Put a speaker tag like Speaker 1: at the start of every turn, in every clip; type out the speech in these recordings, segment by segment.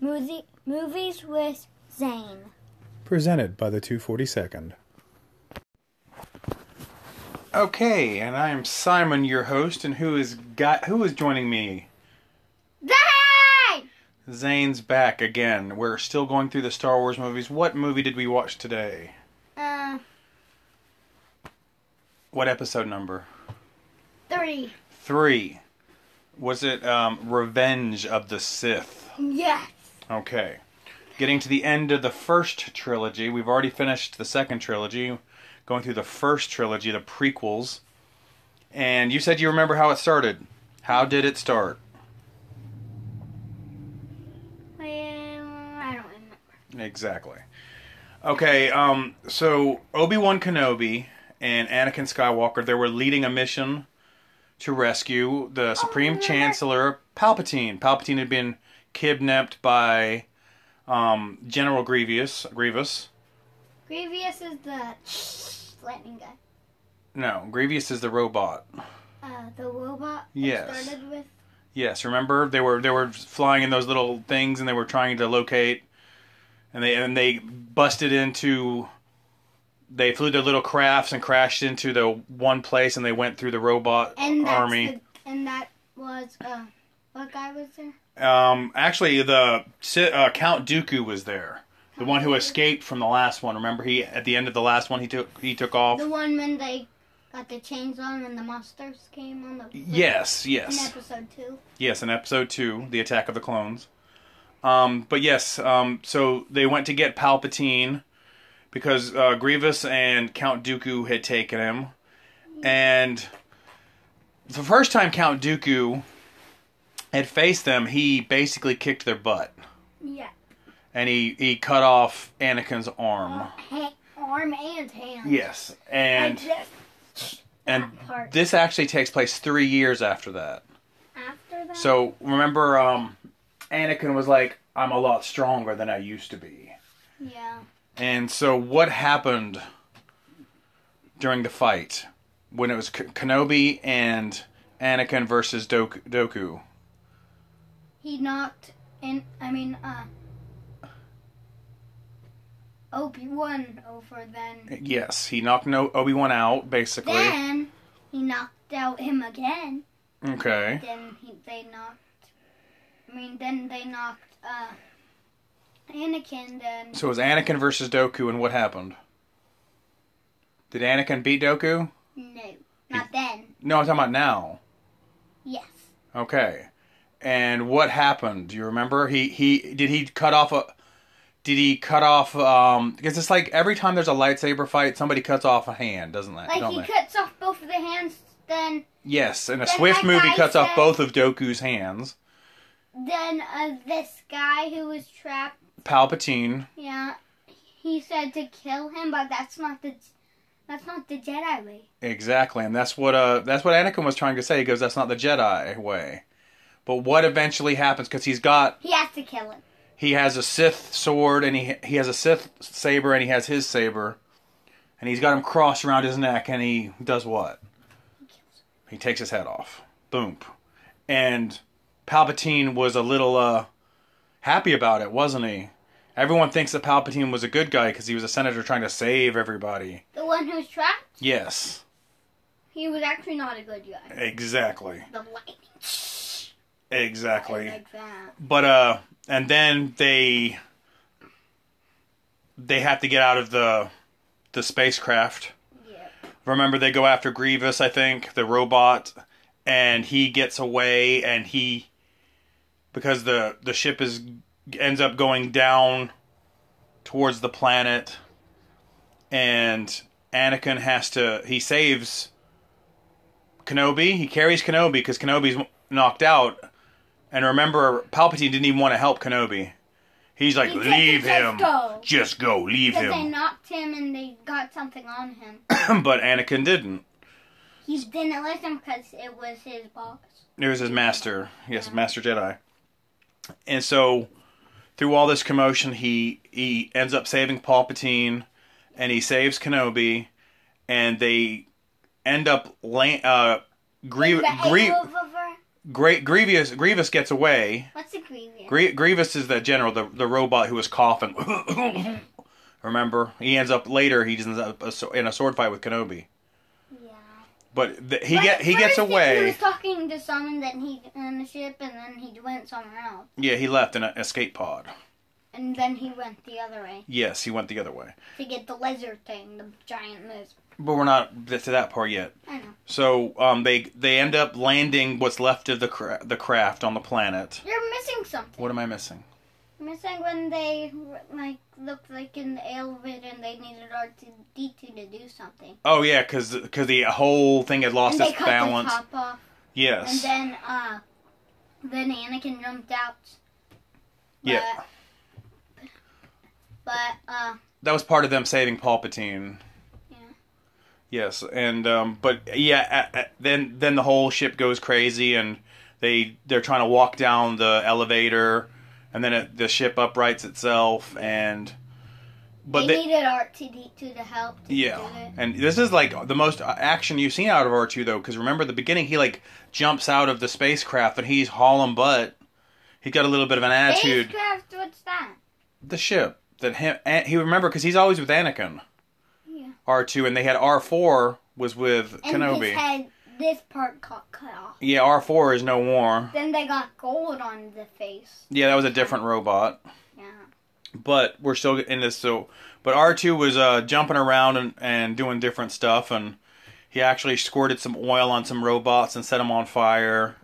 Speaker 1: Movie, movies with Zane.
Speaker 2: Presented by the 242nd.
Speaker 3: Okay, and I am Simon, your host, and who is got who is joining me?
Speaker 1: Zane!
Speaker 3: Zane's back again. We're still going through the Star Wars movies. What movie did we watch today?
Speaker 1: Uh,
Speaker 3: What episode number?
Speaker 1: three.
Speaker 3: Three. Was it um, Revenge of the Sith?
Speaker 1: Yes.
Speaker 3: Okay. Getting to the end of the first trilogy, we've already finished the second trilogy, going through the first trilogy, the prequels. And you said you remember how it started. How did it start?
Speaker 1: Um, I don't remember.
Speaker 3: Exactly. Okay, um, so Obi Wan Kenobi and Anakin Skywalker, they were leading a mission to rescue the Supreme
Speaker 1: remember.
Speaker 3: Chancellor Palpatine. Palpatine had been kidnapped by um, General Grievous. Grievous.
Speaker 1: Grievous is the lightning guy.
Speaker 3: No, Grievous is the robot.
Speaker 1: Uh, the robot. it
Speaker 3: Yes.
Speaker 1: Started with.
Speaker 3: Yes, remember they were they were flying in those little things and they were trying to locate, and they and they busted into. They flew their little crafts and crashed into the one place, and they went through the robot
Speaker 1: And that's
Speaker 3: army.
Speaker 1: The, and that was uh, what guy was there?
Speaker 3: Um, actually, the Si- uh, Count Dooku was there, the one
Speaker 1: Oh.
Speaker 3: who escaped from the last one. Remember, he at the end of the last one, he took he took off.
Speaker 1: The one when they got the chains on and the monsters came on the.
Speaker 3: Yes,
Speaker 1: In
Speaker 3: yes.
Speaker 1: episode two.
Speaker 3: Yes, in episode two, the Attack of the Clones. Um, but yes, um, so they went to get Palpatine because uh, Grievous and Count Dooku had taken him, and the first time Count Dooku had faced them, he basically kicked their butt
Speaker 1: Yeah.
Speaker 3: and he he cut off Anakin's arm.
Speaker 1: Uh, Ha- arm and hand.
Speaker 3: Yes,
Speaker 1: I
Speaker 3: and
Speaker 1: just
Speaker 3: and
Speaker 1: part.
Speaker 3: this actually takes place three years after that.
Speaker 1: after that.
Speaker 3: So remember, um, Anakin was like, "I'm a lot stronger than I used to be."
Speaker 1: Yeah.
Speaker 3: And so, what happened during the fight when it was K- Kenobi and Anakin versus Dok- Doku?
Speaker 1: He knocked in. I mean, uh. Obi Wan over then.
Speaker 3: Yes, he knocked no- Obi Wan out, basically.
Speaker 1: Then he knocked out him again.
Speaker 3: Okay.
Speaker 1: Then he, they knocked. I mean, then they knocked uh. Anakin. Then
Speaker 3: So it was Anakin versus Doku, and what happened? Did Anakin beat Doku?
Speaker 1: no, not then.
Speaker 3: No, I'm talking about now.
Speaker 1: Yes.
Speaker 3: Okay. And what happened? Do you remember? He he did he cut off a did he cut off um because it's like every time there's a lightsaber fight somebody cuts off a hand, doesn't that?
Speaker 1: Like
Speaker 3: don't
Speaker 1: he
Speaker 3: they?
Speaker 1: cuts off both of the hands. Then
Speaker 3: yes, and a
Speaker 1: Then
Speaker 3: swift
Speaker 1: that
Speaker 3: movie
Speaker 1: guy
Speaker 3: cuts off
Speaker 1: said-
Speaker 3: both of Doku's hands.
Speaker 1: then uh, this guy who was trapped.
Speaker 3: Palpatine.
Speaker 1: Yeah, he said to kill him, but that's not the that's not the Jedi way.
Speaker 3: Exactly. And that's what uh that's what Anakin was trying to say. He goes that's not the Jedi way. But what eventually happens cuz he's got
Speaker 1: He has to kill him.
Speaker 3: he has a Sith sword and he he has a Sith saber and he has his saber and he's got him crossed around his neck and he does what? He takes his head off. Boom. And Palpatine was a little uh, happy about it, wasn't he? Everyone thinks that Palpatine was a good guy because he was a senator trying to save everybody.
Speaker 1: The one who's trapped,
Speaker 3: Yes,
Speaker 1: he was actually not a good guy.
Speaker 3: exactly,
Speaker 1: The lightning
Speaker 3: exactly.
Speaker 1: like that.
Speaker 3: But uh, and then they they have to get out of the the spacecraft.
Speaker 1: Yeah.
Speaker 3: Remember, they go after Grievous, I think, the robot, and he gets away, and he because the the ship is ends up going down towards the planet, and Anakin has to he saves Kenobi. He carries Kenobi because Kenobi's knocked out, and remember, Palpatine didn't even want to help Kenobi. He's like,
Speaker 1: He said,
Speaker 3: leave
Speaker 1: "Just
Speaker 3: him,
Speaker 1: go."
Speaker 3: just go, leave
Speaker 1: Because they
Speaker 3: him.
Speaker 1: knocked him and they got something on him.
Speaker 3: but Anakin didn't.
Speaker 1: He didn't listen because it was his boss.
Speaker 3: It was his master. Yes, his master Jedi. And so, through all this commotion, he he ends up saving Palpatine, and he saves Kenobi, and they end up la- uh, Grie-
Speaker 1: The
Speaker 3: Grie-
Speaker 1: Aang over
Speaker 3: Great Grievous Grievous gets away.
Speaker 1: What's the grievous?
Speaker 3: Grie- Grievous is the general, the the robot who was coughing. Remember, he ends up later. He ends up a so- in a sword fight with Kenobi.
Speaker 1: yeah.
Speaker 3: But th- he
Speaker 1: But
Speaker 3: get
Speaker 1: at
Speaker 3: he gets
Speaker 1: first He
Speaker 3: away.
Speaker 1: was talking to someone that he on the ship, and then he went somewhere else,
Speaker 3: Yeah, he left in an escape pod.
Speaker 1: and then he went the other way
Speaker 3: Yes, he went the other way.
Speaker 1: to get the lizard thing, the giant lizard.
Speaker 3: But we're not th- to that part yet.
Speaker 1: I know.
Speaker 3: So um, they they end up landing what's left of the cra- the craft on the planet.
Speaker 1: You're missing something.
Speaker 3: What am I missing?
Speaker 1: Missing when they like looked like in the elevator and they needed R two D two to do something.
Speaker 3: Oh yeah, because the whole thing had lost
Speaker 1: and they
Speaker 3: its
Speaker 1: cut
Speaker 3: balance.
Speaker 1: the top off. And
Speaker 3: Yes.
Speaker 1: then uh then Anakin jumped out.
Speaker 3: Yeah.
Speaker 1: But uh
Speaker 3: that was part of them saving Palpatine.
Speaker 1: Yeah.
Speaker 3: Yes, and um, but yeah, a- a- then then the whole ship goes crazy, and they they're trying to walk down the elevator, and then it, the ship uprights itself, and but
Speaker 1: they
Speaker 3: they,
Speaker 1: needed R two D two to help to
Speaker 3: yeah,
Speaker 1: do it.
Speaker 3: and this is like the most uh, action you've seen out of R two though, because remember at the beginning he like jumps out of the spacecraft and he's hauling butt. He got a little bit of an attitude.
Speaker 1: Spacecraft, what's that?
Speaker 3: the ship that him and he remember because he's always with Anakin.
Speaker 1: Yeah.
Speaker 3: R two and they had R four was with
Speaker 1: And
Speaker 3: Kenobi.
Speaker 1: his head this part got cut off.
Speaker 3: yeah, R four is no more.
Speaker 1: Then they got gold on the face.
Speaker 3: Yeah, that was a different robot,
Speaker 1: Yeah.
Speaker 3: but we're still in this. So, but R two was uh, jumping around and, and doing different stuff, and he actually squirted some oil on some robots and set them on fire.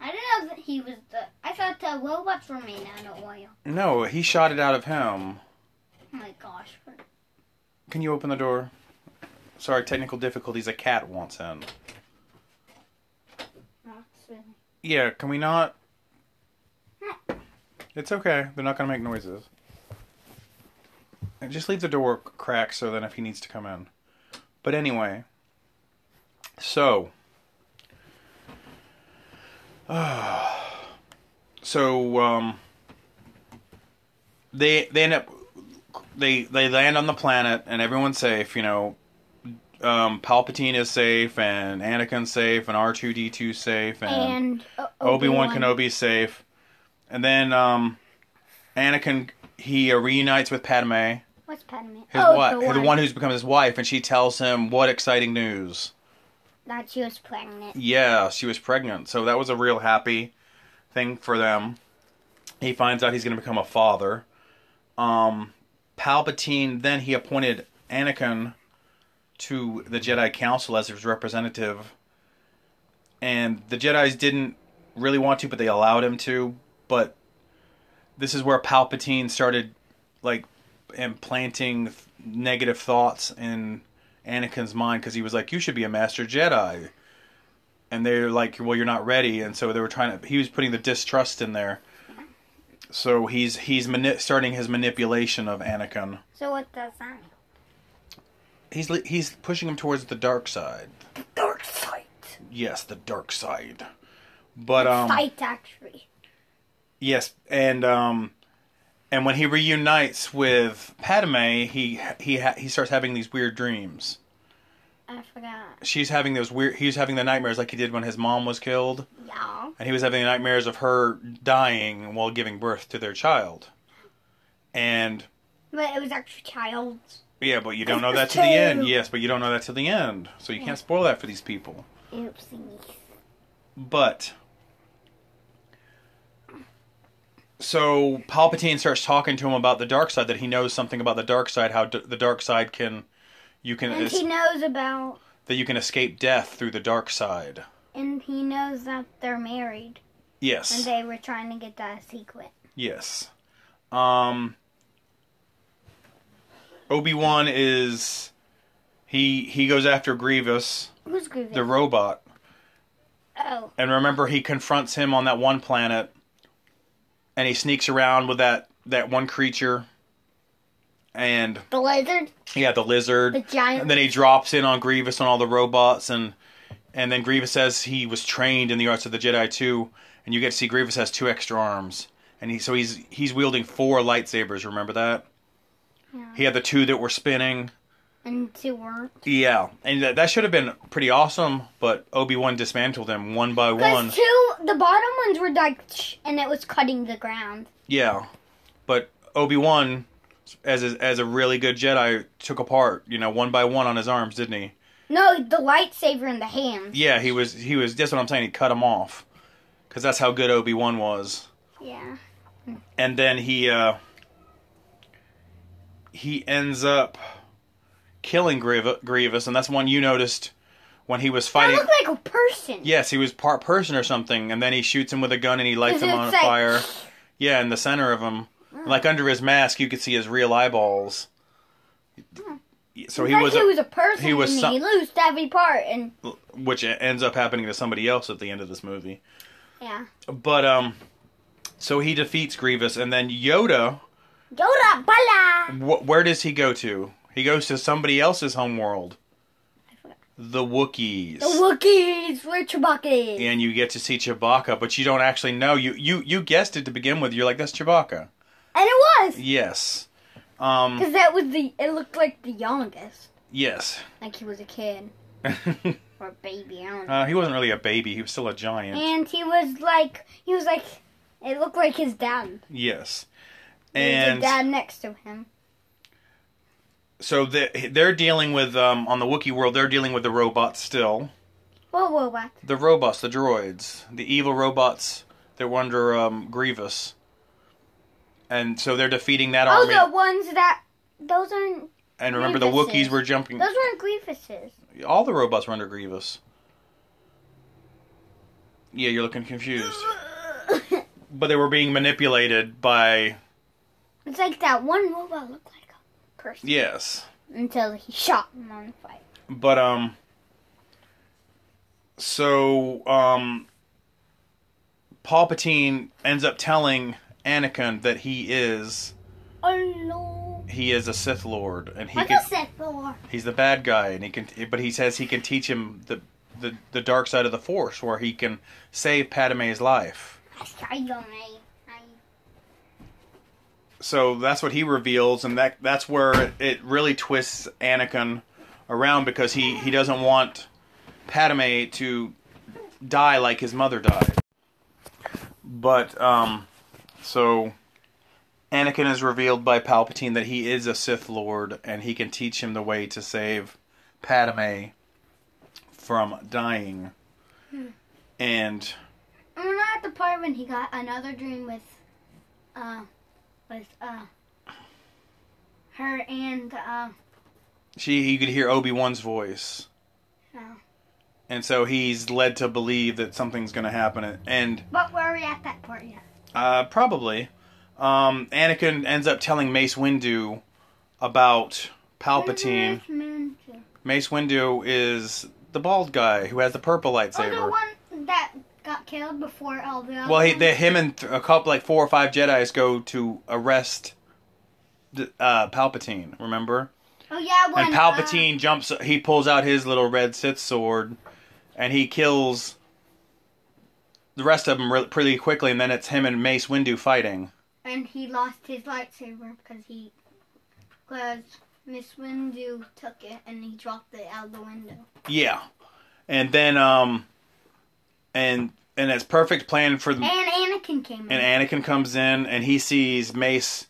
Speaker 1: I didn't know that he was the I thought the robots were made out of oil.
Speaker 3: No, he shot it out of him.
Speaker 1: Oh my gosh. what-
Speaker 3: Can you open the door? Sorry, technical difficulties. A cat wants in.
Speaker 1: that's really-
Speaker 3: Yeah, can we not? It's okay. They're not gonna make noises. And just leave the door cracked so then if he needs to come in. But anyway. So. so um. They they end up they they land on the planet and everyone's safe. You know, um, Palpatine is safe and Anakin's safe and R two D 2s safe
Speaker 1: And uh,
Speaker 3: Obi Wan Kenobi's safe, and then um, Anakin he uh, reunites with Padme,
Speaker 1: What's Padme?
Speaker 3: his
Speaker 1: oh,
Speaker 3: what,
Speaker 1: The
Speaker 3: the
Speaker 1: one,
Speaker 3: one who's become his wife, and she tells him what exciting news.
Speaker 1: that she was pregnant.
Speaker 3: Yeah, she was pregnant, so that was a real happy thing for them. He finds out he's going to become a father. Um, Palpatine then he appointed Anakin to the Jedi Council as his representative, and the Jedi's didn't really want to, but they allowed him to. But this is where Palpatine started, like, implanting th- negative thoughts in Anakin's mind because he was like, "You should be a Master Jedi." and they're like, "Well, you're not ready," and so they were trying to. He was putting the distrust in there, so he's he's mani- starting his manipulation of Anakin.
Speaker 1: So what does that mean?
Speaker 3: He's li- he's pushing him towards the dark side.
Speaker 1: Dark side.
Speaker 3: Yes, the dark side. But um,
Speaker 1: Fight actually.
Speaker 3: yes, and um, and when he reunites with Padme, he he ha- he starts having these weird dreams.
Speaker 1: I forgot.
Speaker 3: She's having those weird. He's having the nightmares like he did when his mom was killed,
Speaker 1: Yeah.
Speaker 3: and he was having the nightmares of her dying while giving birth to their child. And
Speaker 1: But it was actually child's.
Speaker 3: Yeah, but you don't know
Speaker 1: Cause
Speaker 3: that
Speaker 1: it's
Speaker 3: to the end.
Speaker 1: two.
Speaker 3: Yes, but you don't know that to the end. So you can't spoil that for these people.
Speaker 1: Oopsie.
Speaker 3: But so Palpatine starts talking to him about the dark side that he knows something about the dark side how d- the dark side can you can
Speaker 1: And
Speaker 3: es-
Speaker 1: he knows about.
Speaker 3: that you can escape death through the dark side.
Speaker 1: And he knows that they're married. And
Speaker 3: Yes.
Speaker 1: they were trying to get that secret.
Speaker 3: yes. Um Obi-Wan is he he goes after Grievous,
Speaker 1: Who's grieving?
Speaker 3: the robot.
Speaker 1: oh.
Speaker 3: And remember, he confronts him on that one planet, and he sneaks around with that that one creature, and
Speaker 1: The lizard?
Speaker 3: yeah, the lizard.
Speaker 1: The giant.
Speaker 3: and then he drops in on Grievous and all the robots, and and then Grievous says he was trained in the arts of the Jedi too, and you get to see Grievous has two extra arms, and he so he's he's wielding four lightsabers. Remember that?
Speaker 1: Yeah.
Speaker 3: He had the two that were spinning,
Speaker 1: into work.
Speaker 3: Yeah, and that, that should have been pretty awesome, but Obi Wan dismantled them one by one.
Speaker 1: Because two, the bottom ones were like, tsh, and it was cutting the ground.
Speaker 3: Yeah, but Obi Wan, as a, as a really good Jedi, took apart you know one by one on his arms, didn't he?
Speaker 1: No, the lightsaber in the hand.
Speaker 3: Yeah, he was he was. That's what I'm saying. He cut him off because that's how good Obi Wan was.
Speaker 1: Yeah.
Speaker 3: and then he uh he ends up killing Grievous, Grievous and that's one you noticed when he was
Speaker 1: That
Speaker 3: fighting.
Speaker 1: looked like a person.
Speaker 3: Yes, he was part person or something, and then he shoots him with a gun and he lights
Speaker 1: Is
Speaker 3: him
Speaker 1: it
Speaker 3: on
Speaker 1: like- Mm.
Speaker 3: fire. Yeah, in the center of him, like under his mask, you could see his real eyeballs. So he
Speaker 1: Mm. Like
Speaker 3: was,
Speaker 1: he
Speaker 3: a-
Speaker 1: was a person.
Speaker 3: he was
Speaker 1: and
Speaker 3: some-
Speaker 1: he loosed every part, and
Speaker 3: which ends up happening to somebody else at the end of this movie.
Speaker 1: yeah,
Speaker 3: But um, so he defeats Grievous, and then Yoda.
Speaker 1: Yoda Bala.
Speaker 3: Wh- where does he go to? He goes to somebody else's homeworld. The Wookiees.
Speaker 1: The Wookiees, where Chewbacca is.
Speaker 3: and you get to see Chewbacca, but you don't actually know. You you you guessed it to begin with. You're like, that's Chewbacca.
Speaker 1: And it was
Speaker 3: Yes. Um.
Speaker 1: because that was the. It looked like the youngest,
Speaker 3: Yes.
Speaker 1: like he was a kid
Speaker 3: uh,
Speaker 1: or a baby. I don't know.
Speaker 3: he wasn't really a baby. He was still a giant.
Speaker 1: and he was like, he was like, it looked like his dad.
Speaker 3: Yes.
Speaker 1: There was a
Speaker 3: And
Speaker 1: dad next to him.
Speaker 3: so the, they're dealing with um on the Wookiee world. They're dealing with the robots still.
Speaker 1: Whoa, whoa, what?
Speaker 3: the robots, the droids, the evil robots that were under um, Grievous, and so they're defeating that
Speaker 1: Oh,
Speaker 3: army.
Speaker 1: the ones that those aren't.
Speaker 3: and remember, the
Speaker 1: Grievous's.
Speaker 3: Wookiees were jumping.
Speaker 1: Those weren't Grievous's.
Speaker 3: All the robots were under Grievous. Yeah, you're looking confused, but they were being manipulated by
Speaker 1: it's like that one robot looked like a person
Speaker 3: yes,
Speaker 1: until he shot him on the fight.
Speaker 3: but um. So um. Palpatine ends up telling Anakin that he is
Speaker 1: Oh no!
Speaker 3: he is a Sith Lord, and he
Speaker 1: What's
Speaker 3: can,
Speaker 1: a Sith for?
Speaker 3: he's the bad guy and he can but he says he can teach him the the, the dark side of the force where he can save Padme's life.
Speaker 1: I don't know. I-
Speaker 3: So that's what he reveals and that that's where it really twists Anakin around because he he doesn't want Padme to die like his mother died. But um so Anakin is revealed by Palpatine that he is a Sith Lord and he can teach him the way to save Padme from dying. And
Speaker 1: And we're not at the part when he got another dream with, uh, with uh, her and uh,
Speaker 3: she you could hear Obi-Wan's voice.
Speaker 1: Oh.
Speaker 3: And so he's led to believe that something's going to happen and
Speaker 1: but were we at that part yet?
Speaker 3: Uh, probably. Um, Anakin ends up telling Mace Windu about Palpatine. Mace Windu is the bald guy who has the purple
Speaker 1: Oh, the
Speaker 3: lightsaber.
Speaker 1: one that got killed before all the. other
Speaker 3: Well, he,
Speaker 1: ones?
Speaker 3: they, him and th- a couple, like four or five Jedi's, go to arrest the, uh, Palpatine. Remember?
Speaker 1: Oh yeah, when
Speaker 3: and
Speaker 1: uh,
Speaker 3: Palpatine jumps. He pulls out his little red Sith sword, and he kills the rest of them re- pretty quickly. And then it's him and Mace Windu fighting.
Speaker 1: and he lost his lightsaber because he, because Miss Windu took it and he dropped it out the window.
Speaker 3: Yeah, and then um, and and it's perfect plan for the.
Speaker 1: And Anakin came in, and,
Speaker 3: And Anakin comes in and he sees Mace,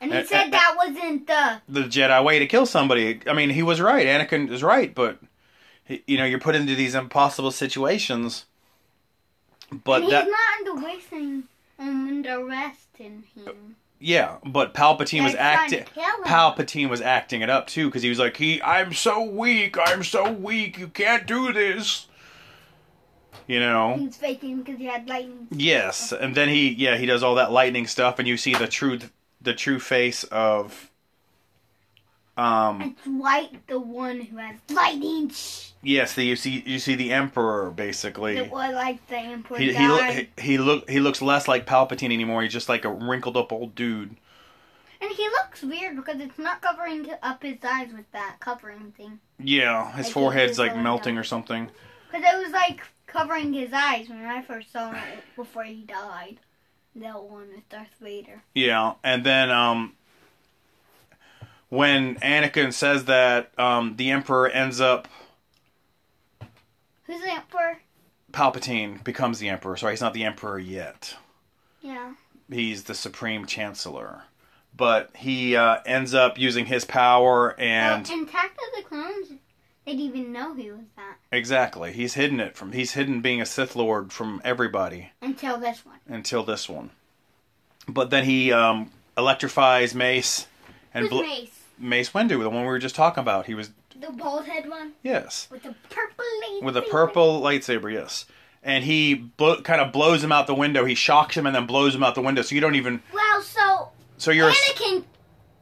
Speaker 1: he
Speaker 3: and-
Speaker 1: said
Speaker 3: and-
Speaker 1: that wasn't the.
Speaker 3: the Jedi way to kill somebody. I mean, he was right. Anakin is right, but he- you know, you're put into these impossible situations. But
Speaker 1: and he's
Speaker 3: that,
Speaker 1: not under wasting um, under arresting him.
Speaker 3: yeah, but Palpatine was
Speaker 1: They're trying to
Speaker 3: acting.
Speaker 1: kill him.
Speaker 3: Palpatine was acting it up too because he was like, "He, I'm so weak. I'm so weak. You can't do this." You know.
Speaker 1: He was faking because he had lightning.
Speaker 3: Yes, and then he yeah he does all that lightning stuff, and you see the true the true face of um
Speaker 1: It's White, the one who has lightning. Shh.
Speaker 3: yes the, you see you see the emperor basically.
Speaker 1: It was like the Emperor
Speaker 3: He he,
Speaker 1: died.
Speaker 3: look he he look he looks less like Palpatine anymore. He's just like a wrinkled up old dude.
Speaker 1: and he looks weird because it's not covering up his eyes with that covering thing.
Speaker 3: Yeah, his
Speaker 1: Like,
Speaker 3: forehead's
Speaker 1: he's
Speaker 3: like
Speaker 1: going
Speaker 3: melting
Speaker 1: down.
Speaker 3: or something.
Speaker 1: Because it was like covering his eyes when I first saw it before he died. That one with Darth Vader.
Speaker 3: Yeah, and then um when Anakin says that, um, the Emperor ends up
Speaker 1: Who's the emperor?
Speaker 3: Palpatine becomes the Emperor. Sorry, he's not the Emperor yet.
Speaker 1: Yeah.
Speaker 3: He's the Supreme Chancellor, but he uh, ends up using his power and
Speaker 1: well, in Attack of the Clones, they'd even know he was that
Speaker 3: exactly he's hidden it from he's hidden being a Sith Lord from everybody.
Speaker 1: until this one.
Speaker 3: until this one. But then he um, electrifies Mace and
Speaker 1: Who's
Speaker 3: bl-
Speaker 1: Mace?
Speaker 3: Mace Windu, the one we were just talking about. He was
Speaker 1: The bald head one
Speaker 3: yes
Speaker 1: with the purple.
Speaker 3: with a
Speaker 1: lightsaber?
Speaker 3: purple lightsaber, yes. And he bl- kind of blows him out the window. He shocks him and then blows him out the window. So you don't even.
Speaker 1: Well, so
Speaker 3: So you're a-
Speaker 1: Anakin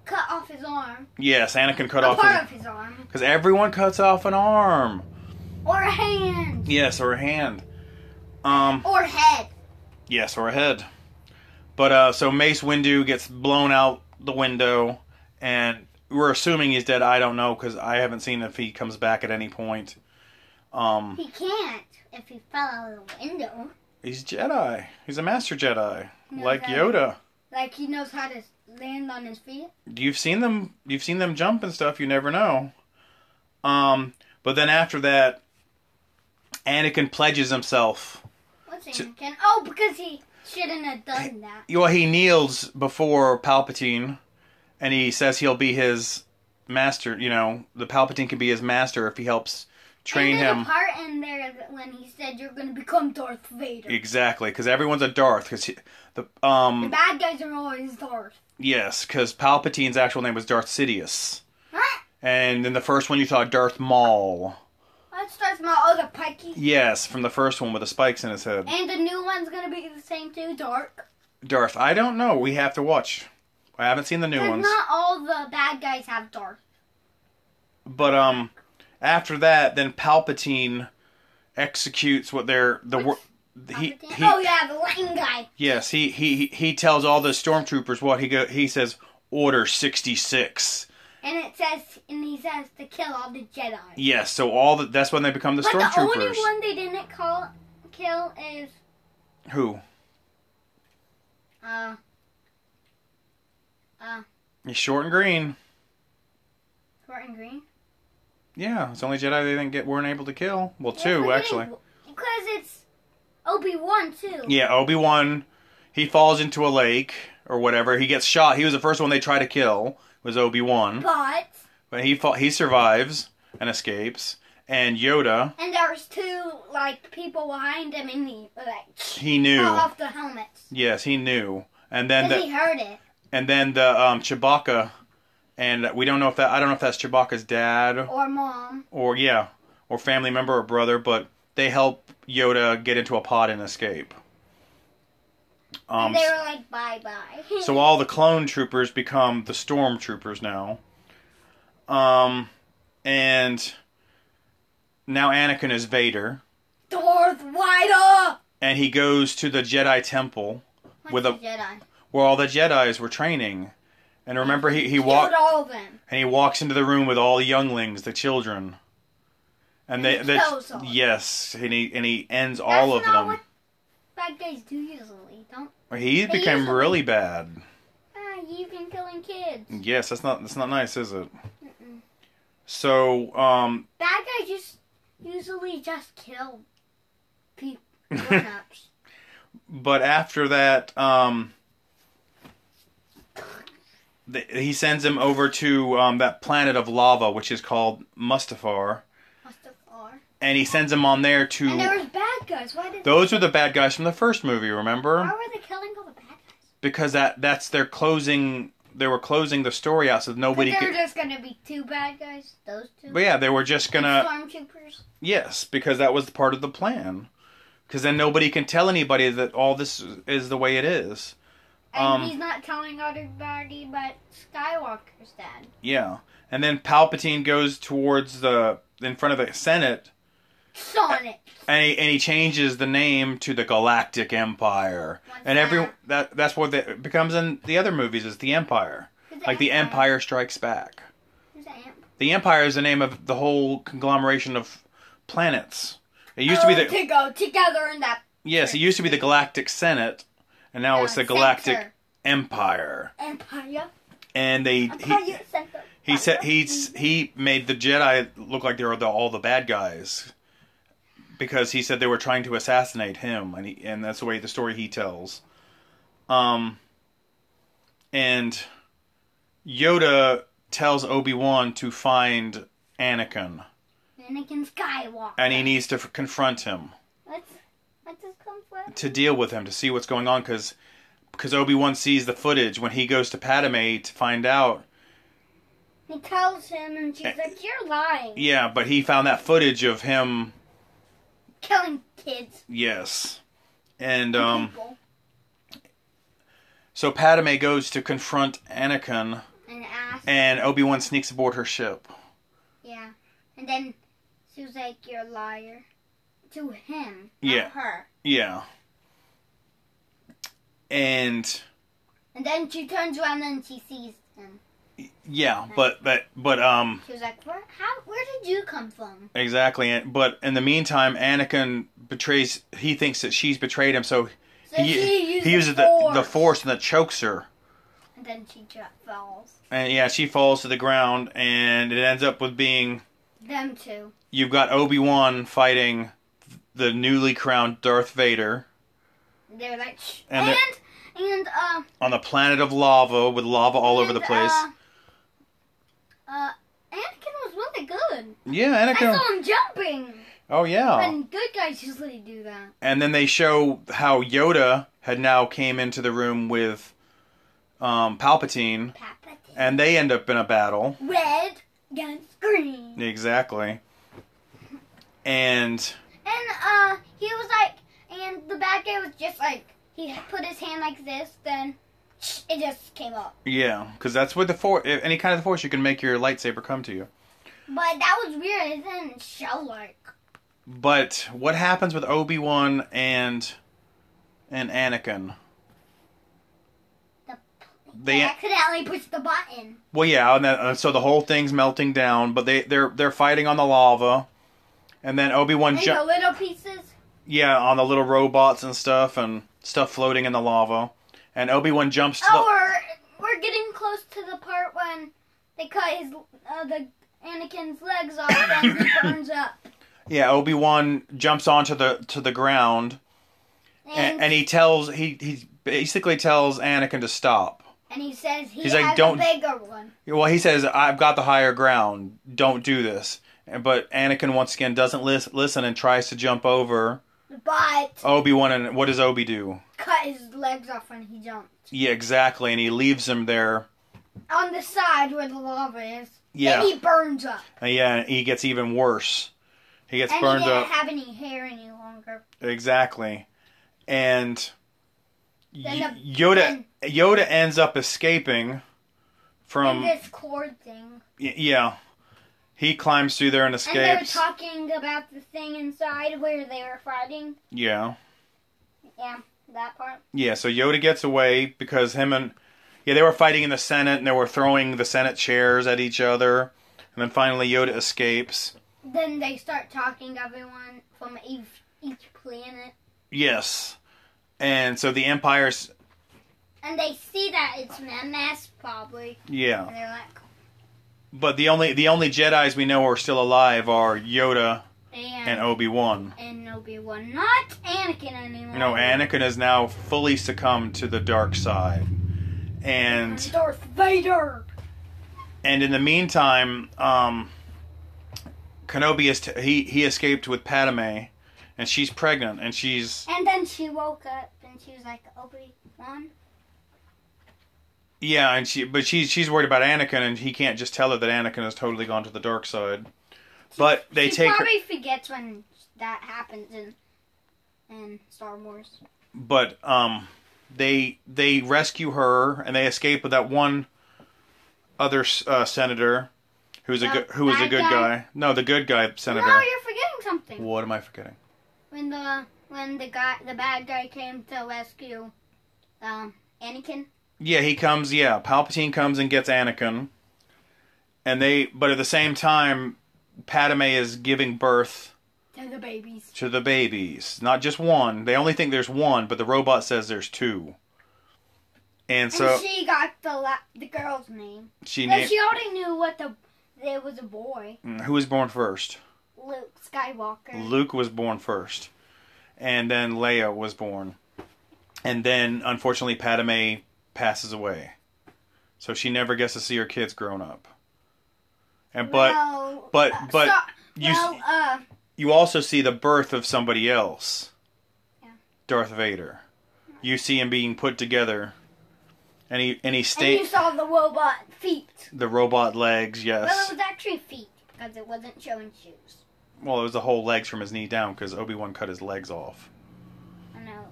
Speaker 1: cut off his arm,
Speaker 3: yes. Anakin cut
Speaker 1: a
Speaker 3: off
Speaker 1: part
Speaker 3: his
Speaker 1: of his arm,
Speaker 3: because everyone cuts off an arm.
Speaker 1: or a hand,
Speaker 3: Yes, or a hand. Um.
Speaker 1: or head.
Speaker 3: Yes, or a head. But uh, so Mace Windu gets blown out the window, and we're assuming he's dead. I don't know because I haven't seen if he comes back at any point. Um,
Speaker 1: He can't if he fell out of the window.
Speaker 3: he's Jedi. He's a master Jedi,
Speaker 1: No,
Speaker 3: like
Speaker 1: that-
Speaker 3: Yoda.
Speaker 1: Like he knows how to land on his feet.
Speaker 3: You've seen them. You've seen them jump and stuff. You never know. Um, but then after that, Anakin pledges himself.
Speaker 1: What's
Speaker 3: To-
Speaker 1: Anakin? Oh, because he shouldn't have done that.
Speaker 3: Well, he kneels before Palpatine, and he says he'll be his master. You know, the Palpatine can be his master if he helps train
Speaker 1: and there's A
Speaker 3: him.
Speaker 1: part in there that when he said you're gonna become Darth Vader.
Speaker 3: Exactly, because everyone's a Darth. Because the
Speaker 1: the
Speaker 3: um
Speaker 1: bad guys are always Darth.
Speaker 3: yes, because Palpatine's actual name was Darth Sidious,
Speaker 1: Huh?
Speaker 3: and then the first one you saw Darth Maul.
Speaker 1: Let's start my other pikey.
Speaker 3: Yes, from the first one with the spikes in his head.
Speaker 1: And the new one's gonna be the same too, Dark.
Speaker 3: Darth. I don't know. We have to watch. I haven't seen the new
Speaker 1: Because
Speaker 3: ones.
Speaker 1: not all the bad guys have Darth.
Speaker 3: But um, after that, then Palpatine executes what they're the wor- he,
Speaker 1: Palpatine.
Speaker 3: he
Speaker 1: oh yeah, the lightning guy.
Speaker 3: yes he he he tells all the stormtroopers what he go he says order sixty six
Speaker 1: And it says, and he says to kill all the Jedi.
Speaker 3: yes so all the, that's when they become the
Speaker 1: but the only
Speaker 3: stormtroopers
Speaker 1: one they didn't call kill is
Speaker 3: who
Speaker 1: uh uh
Speaker 3: he's short and green
Speaker 1: Short and Green.
Speaker 3: yeah it's the only Jedi they didn't get weren't able to kill well
Speaker 1: Yeah,
Speaker 3: two
Speaker 1: we
Speaker 3: actually
Speaker 1: didn't- Because it's Obi Wan too.
Speaker 3: yeah Obi Wan he falls into a lake or whatever he gets shot he was the first one they tried to kill was Obi Wan
Speaker 1: But
Speaker 3: but he fought, he survives and escapes and Yoda
Speaker 1: and there's two like people behind him and he like
Speaker 3: He knew.
Speaker 1: fell off the helmets.
Speaker 3: Yes, he knew. And then
Speaker 1: Because he
Speaker 3: the
Speaker 1: heard it.
Speaker 3: and then the um Chewbacca and we don't know if that I don't know if that's Chewbacca's dad
Speaker 1: Or mom.
Speaker 3: or yeah, or family member or brother, but they help Yoda get into a pod and escape. Um
Speaker 1: and they were like bye bye.
Speaker 3: so um, all the clone troopers become the stormtroopers now. Um and now Anakin is Vader
Speaker 1: Darth Vader
Speaker 3: and he goes to the Jedi temple
Speaker 1: What's
Speaker 3: With
Speaker 1: a
Speaker 3: a-
Speaker 1: Jedi.
Speaker 3: where all the Jedi's were training. And remember he he
Speaker 1: Killed
Speaker 3: walked
Speaker 1: all of them.
Speaker 3: and he walks into the room with all the younglings, the children, and they,
Speaker 1: And
Speaker 3: they
Speaker 1: he kills all of them.
Speaker 3: yes, and he and he ends all
Speaker 1: That's
Speaker 3: of
Speaker 1: not
Speaker 3: them.
Speaker 1: What bad guys do usually, don't
Speaker 3: He
Speaker 1: they
Speaker 3: became
Speaker 1: usually-
Speaker 3: really bad.
Speaker 1: ah, you've been killing kids.
Speaker 3: Yes, that's not that's not nice, is it? So, um,
Speaker 1: Bad guys just usually just kill people grown ups.
Speaker 3: but after that, um, th- he sends him over to um, that planet of lava, which is called Mustafar,
Speaker 1: Must have are.
Speaker 3: and he sends him on there
Speaker 1: And there
Speaker 3: to.
Speaker 1: was bad guys. Why did
Speaker 3: Those are the bad guys from the first movie, remember?
Speaker 1: why were they killing all the bad guys?
Speaker 3: because that that's their closing they were closing the story out so
Speaker 1: But
Speaker 3: nobody
Speaker 1: there were
Speaker 3: could
Speaker 1: just gonna be two bad guys. Those two.
Speaker 3: but yeah they were just
Speaker 1: And
Speaker 3: gonna
Speaker 1: stormtroopers.
Speaker 3: yes because that was part of the plan because then nobody can tell anybody that all this is the way it is
Speaker 1: And
Speaker 3: Um,
Speaker 1: he's not telling everybody but Skywalker's dad.
Speaker 3: yeah and then palpatine goes towards the in front of the senate
Speaker 1: Sonic.
Speaker 3: and he, and he changes the name to the galactic empire and every
Speaker 1: What's
Speaker 3: that that's what they, it becomes in the other movies is the empire
Speaker 1: Who's
Speaker 3: like the empire strikes back
Speaker 1: Who's the amp?
Speaker 3: The Empire is the name of the whole conglomeration of planets. It used to be
Speaker 1: Oh,
Speaker 3: the
Speaker 1: to go together in that
Speaker 3: yes, it used to be the Galactic Senate, and now Oh, it's the
Speaker 1: uh,
Speaker 3: Galactic
Speaker 1: center.
Speaker 3: Empire.
Speaker 1: empire.
Speaker 3: and they
Speaker 1: I thought
Speaker 3: he
Speaker 1: you said the
Speaker 3: he said he he made the Jedi look like they were the, all the bad guys because he said they were trying to assassinate him, and he, and that's the way the story he tells. Um, and Yoda tells Obi Wan to find Anakin,
Speaker 1: Anakin Skywalker.
Speaker 3: and he needs to f- confront him
Speaker 1: Let's let's just come for
Speaker 3: to deal with him to see what's going on because Obi Wan sees the footage when he goes to Padme to find out.
Speaker 1: He tells him, and she's like, "You're lying,
Speaker 3: Yeah, but he found that footage of him.
Speaker 1: killing kids."
Speaker 3: Yes, and um,
Speaker 1: people.
Speaker 3: so Padme goes to confront Anakin,
Speaker 1: and asked,
Speaker 3: and Obi Wan sneaks aboard her ship.
Speaker 1: yeah, and then she was like, "You're a liar," to him, not
Speaker 3: Yeah.
Speaker 1: her.
Speaker 3: Yeah, and
Speaker 1: And then she turns around and she sees him.
Speaker 3: yeah, but but but um,
Speaker 1: She was like, "Where? How? Where did you come from?"
Speaker 3: exactly. And But in the meantime, Anakin betrays. He thinks that she's betrayed him, so
Speaker 1: So she
Speaker 3: he,
Speaker 1: used
Speaker 3: he uses the the force and the chokes her.
Speaker 1: And then she ju- falls.
Speaker 3: And yeah, she falls to the ground, and it ends up with being
Speaker 1: Them two.
Speaker 3: you've got Obi Wan fighting the newly crowned Darth Vader
Speaker 1: They're like, Shh.
Speaker 3: And
Speaker 1: and
Speaker 3: the-
Speaker 1: and, uh,
Speaker 3: on the planet of lava with lava all over the
Speaker 1: and,
Speaker 3: place.
Speaker 1: Uh, uh, Anakin was really good.
Speaker 3: yeah,
Speaker 1: I
Speaker 3: Anakin.
Speaker 1: saw him jumping.
Speaker 3: Oh yeah.
Speaker 1: And good guys usually do that.
Speaker 3: And then they show how Yoda had now came into the room with um, Palpatine,
Speaker 1: Papa did.
Speaker 3: and they end up in a battle.
Speaker 1: Red against green.
Speaker 3: Exactly. And
Speaker 1: And uh, he was like, and the bad guy was just like, he put his hand like this, then it just came up.
Speaker 3: yeah, because that's what the force. Any kind of the force, you can make your lightsaber come to you.
Speaker 1: But that was weird. It didn't show like.
Speaker 3: But what happens with Obi Wan and and Anakin? They-
Speaker 1: They accidentally pushed the button.
Speaker 3: Well, yeah, and then, uh, so the whole thing's melting down, but they they're they're fighting on the lava, and then Obi Wan
Speaker 1: And the
Speaker 3: ju-
Speaker 1: little pieces.
Speaker 3: yeah on the little robots and stuff and stuff floating in the lava, and Obi Wan jumps to
Speaker 1: Oh, we're, we're getting close to the part when they cut his uh, the Anakin's legs off and he burns up.
Speaker 3: the yeah Obi Wan jumps onto the to the ground, and, and he tells he he basically tells Anakin to stop.
Speaker 1: And he says he
Speaker 3: He's
Speaker 1: has
Speaker 3: like, "Don't-"
Speaker 1: a bigger one.
Speaker 3: Well, he says, "I've got the higher ground. Don't do this." And- But Anakin once again doesn't lis- listen and tries to jump over
Speaker 1: But
Speaker 3: Obi Wan. And what does Obi do?
Speaker 1: cut his legs off when he jumped.
Speaker 3: Yeah, exactly. And he leaves him there.
Speaker 1: On the side where the lava is.
Speaker 3: Yeah,
Speaker 1: And he burns up.
Speaker 3: And yeah. And he gets even worse. He gets
Speaker 1: and
Speaker 3: burned
Speaker 1: he didn't
Speaker 3: up.
Speaker 1: have any hair any longer.
Speaker 3: exactly. And
Speaker 1: Then
Speaker 3: Y- Yoda Yoda ends up escaping
Speaker 1: And
Speaker 3: from.
Speaker 1: this cord thing.
Speaker 3: y- yeah, he climbs through there and
Speaker 1: And they were
Speaker 3: escapes.
Speaker 1: talking about the thing inside where they were fighting.
Speaker 3: yeah.
Speaker 1: Yeah, that part.
Speaker 3: Yeah, so Yoda gets away because him and yeah, they were fighting in the Senate and they were throwing the Senate chairs at each other. And then finally Yoda escapes.
Speaker 1: Then they start talking to everyone from each each planet.
Speaker 3: Yes. And so the Empire's
Speaker 1: And they see that it's a mess probably.
Speaker 3: yeah.
Speaker 1: And they're like
Speaker 3: But the only the only Jedi's we know are still alive are Yoda and
Speaker 1: and
Speaker 3: Obi-Wan.
Speaker 1: and Obi Wan. Not Anakin anymore.
Speaker 3: You know, Anakin has now fully succumbed to the dark side. And
Speaker 1: Darth Vader.
Speaker 3: and in the meantime, um, Kenobi is t- he he escaped with Padme, and she's pregnant, and she's
Speaker 1: And then she woke up and she was like, Obi Wan.
Speaker 3: yeah, and she but she's she's worried about Anakin, and he can't just tell her that Anakin has totally gone to the dark side. But they
Speaker 1: she
Speaker 3: take her,
Speaker 1: probably forgets when that happens in in Star Wars.
Speaker 3: but um, they they rescue her, and they escape with that one other uh, senator, who's a
Speaker 1: The
Speaker 3: good who is a
Speaker 1: bad
Speaker 3: good guy.
Speaker 1: guy?
Speaker 3: No, the good guy senator.
Speaker 1: No, you're forgetting something.
Speaker 3: what am I forgetting?
Speaker 1: When the when the guy the bad guy came to rescue um Anakin.
Speaker 3: Yeah, he comes. Yeah, Palpatine comes and gets Anakin, and they. But at the same time, Padme is giving birth
Speaker 1: To the babies.
Speaker 3: to the babies. Not just one. They only think there's one, but the robot says there's two. and so
Speaker 1: and she got the la- the girl's name.
Speaker 3: she,
Speaker 1: And
Speaker 3: named
Speaker 1: she already knew what the it was a boy,
Speaker 3: who was born first.
Speaker 1: Luke Skywalker.
Speaker 3: Luke was born first, and then Leia was born, and then unfortunately Padme passes away, so she never gets to see her kids grown up. And but
Speaker 1: well,
Speaker 3: but-
Speaker 1: uh,
Speaker 3: but
Speaker 1: so-
Speaker 3: you s-
Speaker 1: well, uh,
Speaker 3: you also see the birth of somebody else.
Speaker 1: Yeah.
Speaker 3: Darth Vader. You see him being put together. And he and he
Speaker 1: and you
Speaker 3: states
Speaker 1: saw the robot feet.
Speaker 3: the robot legs,
Speaker 1: Well, it
Speaker 3: yes.
Speaker 1: was actually feet because it wasn't showing shoes.
Speaker 3: Well, it was the whole legs from his knee down because Obi Wan cut his legs off.
Speaker 1: I know,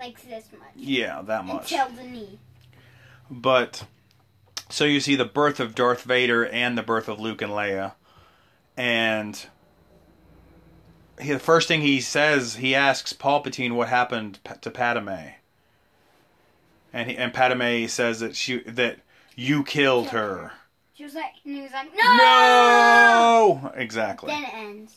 Speaker 1: like this much
Speaker 3: Yeah, that much.
Speaker 1: until the knee.
Speaker 3: But so you see the birth of Darth Vader and the birth of Luke and Leia, and he, the first thing he says, he asks Palpatine what happened p- to Padme, and he, and Padme says that she that you killed her.
Speaker 1: She was like, and he was like, no.
Speaker 3: No, exactly.
Speaker 1: Then it ends.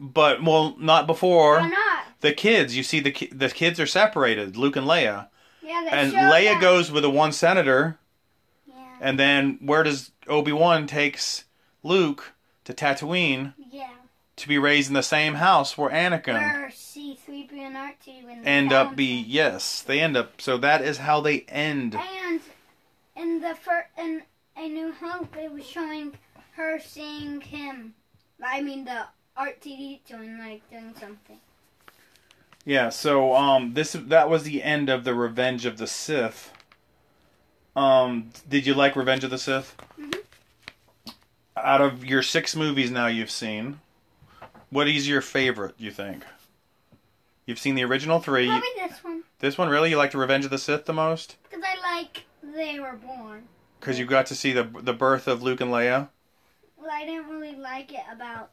Speaker 3: But well, not before
Speaker 1: Why not?
Speaker 3: the kids. You see the ki- the kids are separated, Luke and Leia,
Speaker 1: Yeah, they
Speaker 3: and
Speaker 1: showed
Speaker 3: Leia
Speaker 1: that.
Speaker 3: goes with the one senator.
Speaker 1: Yeah,
Speaker 3: And then where does Obi Wan takes Luke to Tatooine
Speaker 1: yeah.
Speaker 3: to be raised in the same house where Anakin
Speaker 1: Where C3PO and R2 and
Speaker 3: end up be yes, they end up so that is how they end.
Speaker 1: And in the first in A New Hope, it was showing her seeing him. I mean the RTD doing like doing something.
Speaker 3: Yeah, so um this that was the end of the Revenge of the Sith. Um did you like Revenge of the Sith?
Speaker 1: Mhm.
Speaker 3: Out of your 6 movies now you've seen, what is your favorite, you think? You've seen the original 3.
Speaker 1: Probably this one
Speaker 3: This one really you like the Revenge of the Sith the most?
Speaker 1: because I like they were born.
Speaker 3: Because you got to see the the birth of Luke and Leia.
Speaker 1: Well, I didn't really like it about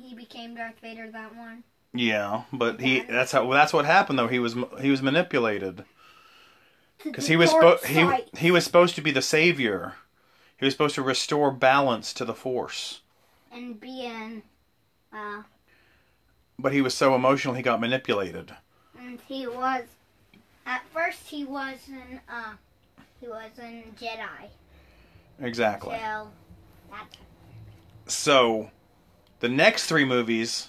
Speaker 1: he became Darth Vader that one.
Speaker 3: Yeah, but he
Speaker 1: Yeah.
Speaker 3: that's how well, that's what happened though. He was he was manipulated because he
Speaker 1: The
Speaker 3: was
Speaker 1: dark
Speaker 3: spo- he
Speaker 1: side.
Speaker 3: he was supposed to be the savior. He was supposed to restore balance to the Force,
Speaker 1: and being well,
Speaker 3: but he was so emotional he got manipulated.
Speaker 1: and he was at first he wasn't uh he wasn't Jedi.
Speaker 3: Exactly.
Speaker 1: So that's
Speaker 3: So, the next three movies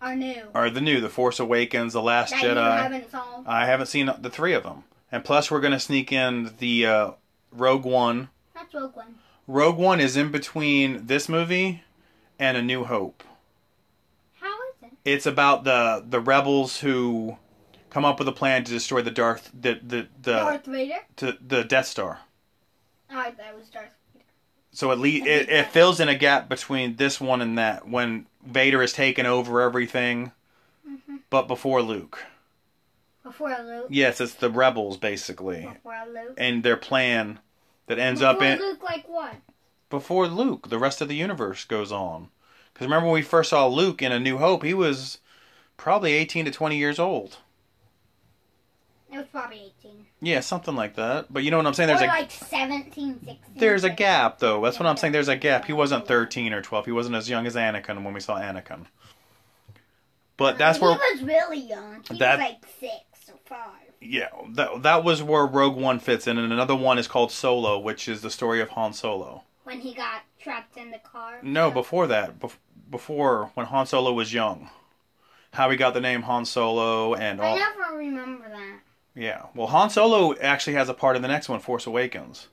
Speaker 1: are new.
Speaker 3: are the new: The Force Awakens, The Last
Speaker 1: that you
Speaker 3: Jedi.
Speaker 1: haven't saw.
Speaker 3: I haven't seen the three of them, and plus we're gonna sneak in the uh, Rogue One
Speaker 1: That's Rogue One.
Speaker 3: Rogue One is in between this movie and A New Hope.
Speaker 1: How is it?
Speaker 3: It's about the the rebels who come up with a plan to destroy the Darth the the the,
Speaker 1: Darth Vader.
Speaker 3: to, the Death Star.
Speaker 1: I that was Darth.
Speaker 3: So at least it, it fills in a gap between this one and that when Vader is taking over everything,
Speaker 1: Mhm.
Speaker 3: but before Luke.
Speaker 1: Before Luke.
Speaker 3: Yes, it's the rebels basically,
Speaker 1: Before Luke.
Speaker 3: and their plan that ends
Speaker 1: Before
Speaker 3: up in
Speaker 1: Luke, like what?
Speaker 3: before Luke. The rest of the universe goes on. Because remember when we first saw Luke in A New Hope, he was probably 18 to 20 years old.
Speaker 1: It was probably 18.
Speaker 3: Yeah, something like that. But you know what I'm saying? There's
Speaker 1: or
Speaker 3: a
Speaker 1: like 17, 16.
Speaker 3: there's a gap though. That's what I'm saying. There's a gap. He wasn't 13 or 12. He wasn't as young as Anakin when we saw Anakin. But that's
Speaker 1: he
Speaker 3: where
Speaker 1: was really young. He
Speaker 3: That-
Speaker 1: was like six or five.
Speaker 3: yeah, that that was where Rogue One fits in and another one is called Solo, which is the story of Han Solo.
Speaker 1: When he got trapped in the car.
Speaker 3: No, before that, bef- before when Han Solo was young. How he got the name Han Solo and
Speaker 1: I
Speaker 3: all
Speaker 1: never remember that.
Speaker 3: Yeah. Well, Han Solo actually has a part in the next one, Force Awakens.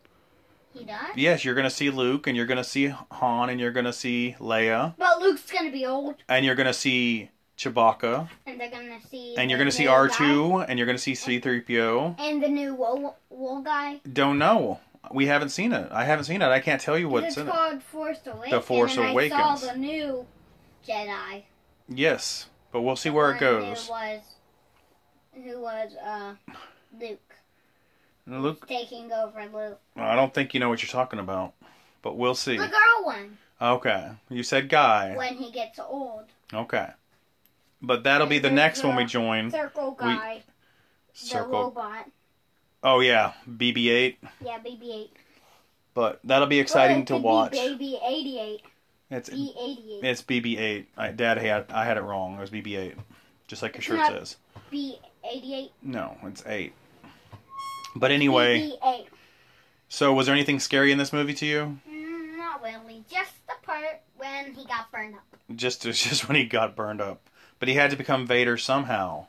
Speaker 1: He died?
Speaker 3: Yes, you're going to see Luke, and you're going to see Han, and you're going to see Leia,
Speaker 1: But Luke's gonna be old,
Speaker 3: and you're going to see Chewbacca,
Speaker 1: and they're gonna see.
Speaker 3: and you're
Speaker 1: the
Speaker 3: going to see
Speaker 1: new guy,
Speaker 3: R2, and you're going to see C3PO.
Speaker 1: And the new wool, wool guy.
Speaker 3: Don't know. We haven't seen it. I haven't seen it. I can't tell you what's
Speaker 1: it's
Speaker 3: in it.
Speaker 1: called Force Awakens.
Speaker 3: Force
Speaker 1: and I
Speaker 3: Awakens.
Speaker 1: saw the new Jedi.
Speaker 3: Yes, but we'll see where it goes.
Speaker 1: Who was, who was uh, Luke
Speaker 3: Luke,
Speaker 1: taking over Luke?
Speaker 3: I don't think you know what you're talking about, but we'll see.
Speaker 1: The girl one
Speaker 3: Okay. You said guy.
Speaker 1: when he gets old.
Speaker 3: Okay. But that'll be the
Speaker 1: There's
Speaker 3: next one we
Speaker 1: a
Speaker 3: join.
Speaker 1: Circle
Speaker 3: Hmm? We-
Speaker 1: guy, the
Speaker 3: Circle.
Speaker 1: robot.
Speaker 3: Oh, yeah. BB 8.
Speaker 1: Yeah, BB-8.
Speaker 3: but that'll be exciting
Speaker 1: Or it
Speaker 3: to
Speaker 1: could be
Speaker 3: watch.
Speaker 1: Baby 88,
Speaker 3: It's
Speaker 1: B88,
Speaker 3: it's BB-8. I, Dad had I had it wrong. It was BB-8, just like your
Speaker 1: It's
Speaker 3: shirt
Speaker 1: not-
Speaker 3: says.
Speaker 1: B88.
Speaker 3: No, it's eight. But anyway,
Speaker 1: BB-8.
Speaker 3: so was there anything scary in this movie to you?
Speaker 1: Mm, not really. Just the part when he got burned up.
Speaker 3: Just just when he got burned up, but he had to become Vader somehow,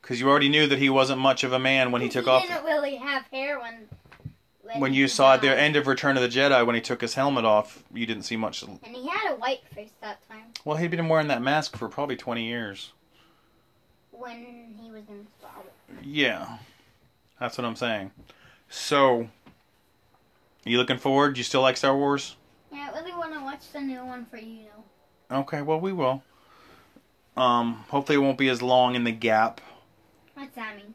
Speaker 3: because you already knew that he wasn't much of a man when he took
Speaker 1: he
Speaker 3: off.
Speaker 1: didn't really have hair when.
Speaker 3: When
Speaker 1: he
Speaker 3: you saw at the
Speaker 1: died.
Speaker 3: end of Return of the Jedi when he took his helmet off, you didn't see much.
Speaker 1: And he had a white face that time
Speaker 3: Well, he'd been wearing that mask for probably twenty years.
Speaker 1: when he was in Star Wars.
Speaker 3: Yeah, that's what I'm saying. So, you looking forward? You still like Star Wars?
Speaker 1: Yeah, I really want to watch the new one for you know.
Speaker 3: Okay, well we will. Um, hopefully it won't be as long in the gap
Speaker 1: What's that mean?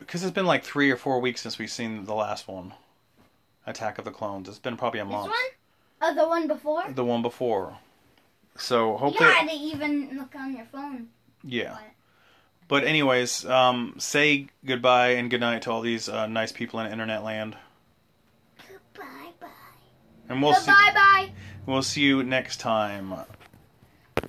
Speaker 3: because it's been like three or four weeks since we've seen the last one, Attack of the Clones. It's been probably a
Speaker 1: This
Speaker 3: month.
Speaker 1: one? Oh, the one before?
Speaker 3: The one before. So
Speaker 1: You
Speaker 3: hopefully,
Speaker 1: had to even look on your phone.
Speaker 3: yeah.
Speaker 1: What?
Speaker 3: But anyways, um, say goodbye and goodnight to all these uh, nice people in internet land,
Speaker 1: Goodbye, bye.
Speaker 3: and we'll
Speaker 1: Goodbye, bye.
Speaker 3: see we'll see you next time.